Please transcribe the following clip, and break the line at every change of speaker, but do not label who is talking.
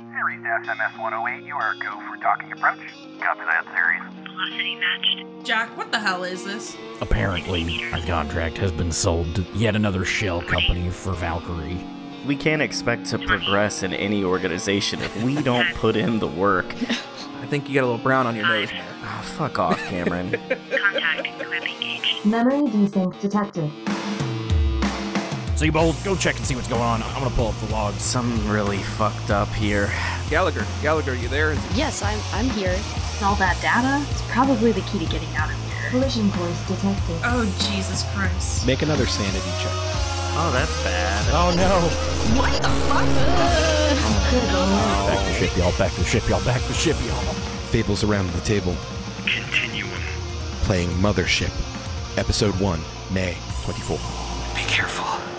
Read SMS 108, you are a go for docking approach. Copy that, series.
Velocity matched.
Jack, what the hell is this?
Apparently, our contract has been sold to yet another shell company for Valkyrie.
We can't expect to progress in any organization if we don't put in the work.
I think you got a little brown on your nose, man.
Ah, fuck off, Cameron.
Contact. Clip engaged.
Memory desync detected.
So you both go check and see what's going on. I'm gonna pull up the logs.
Something really fucked up here.
Gallagher, Gallagher, you there?
Yes, I'm, I'm here.
All that data is probably the key to getting out of here.
Collision course detected.
Oh, Jesus Christ.
Make another sanity check.
Oh, that's bad.
Oh no!
What the fuck?
Critical.
Back to ship, y'all. Back to ship, y'all. Back to ship, y'all.
Fables around the table,
Continuum.
playing Mothership, Episode 1, May 24.
Be careful.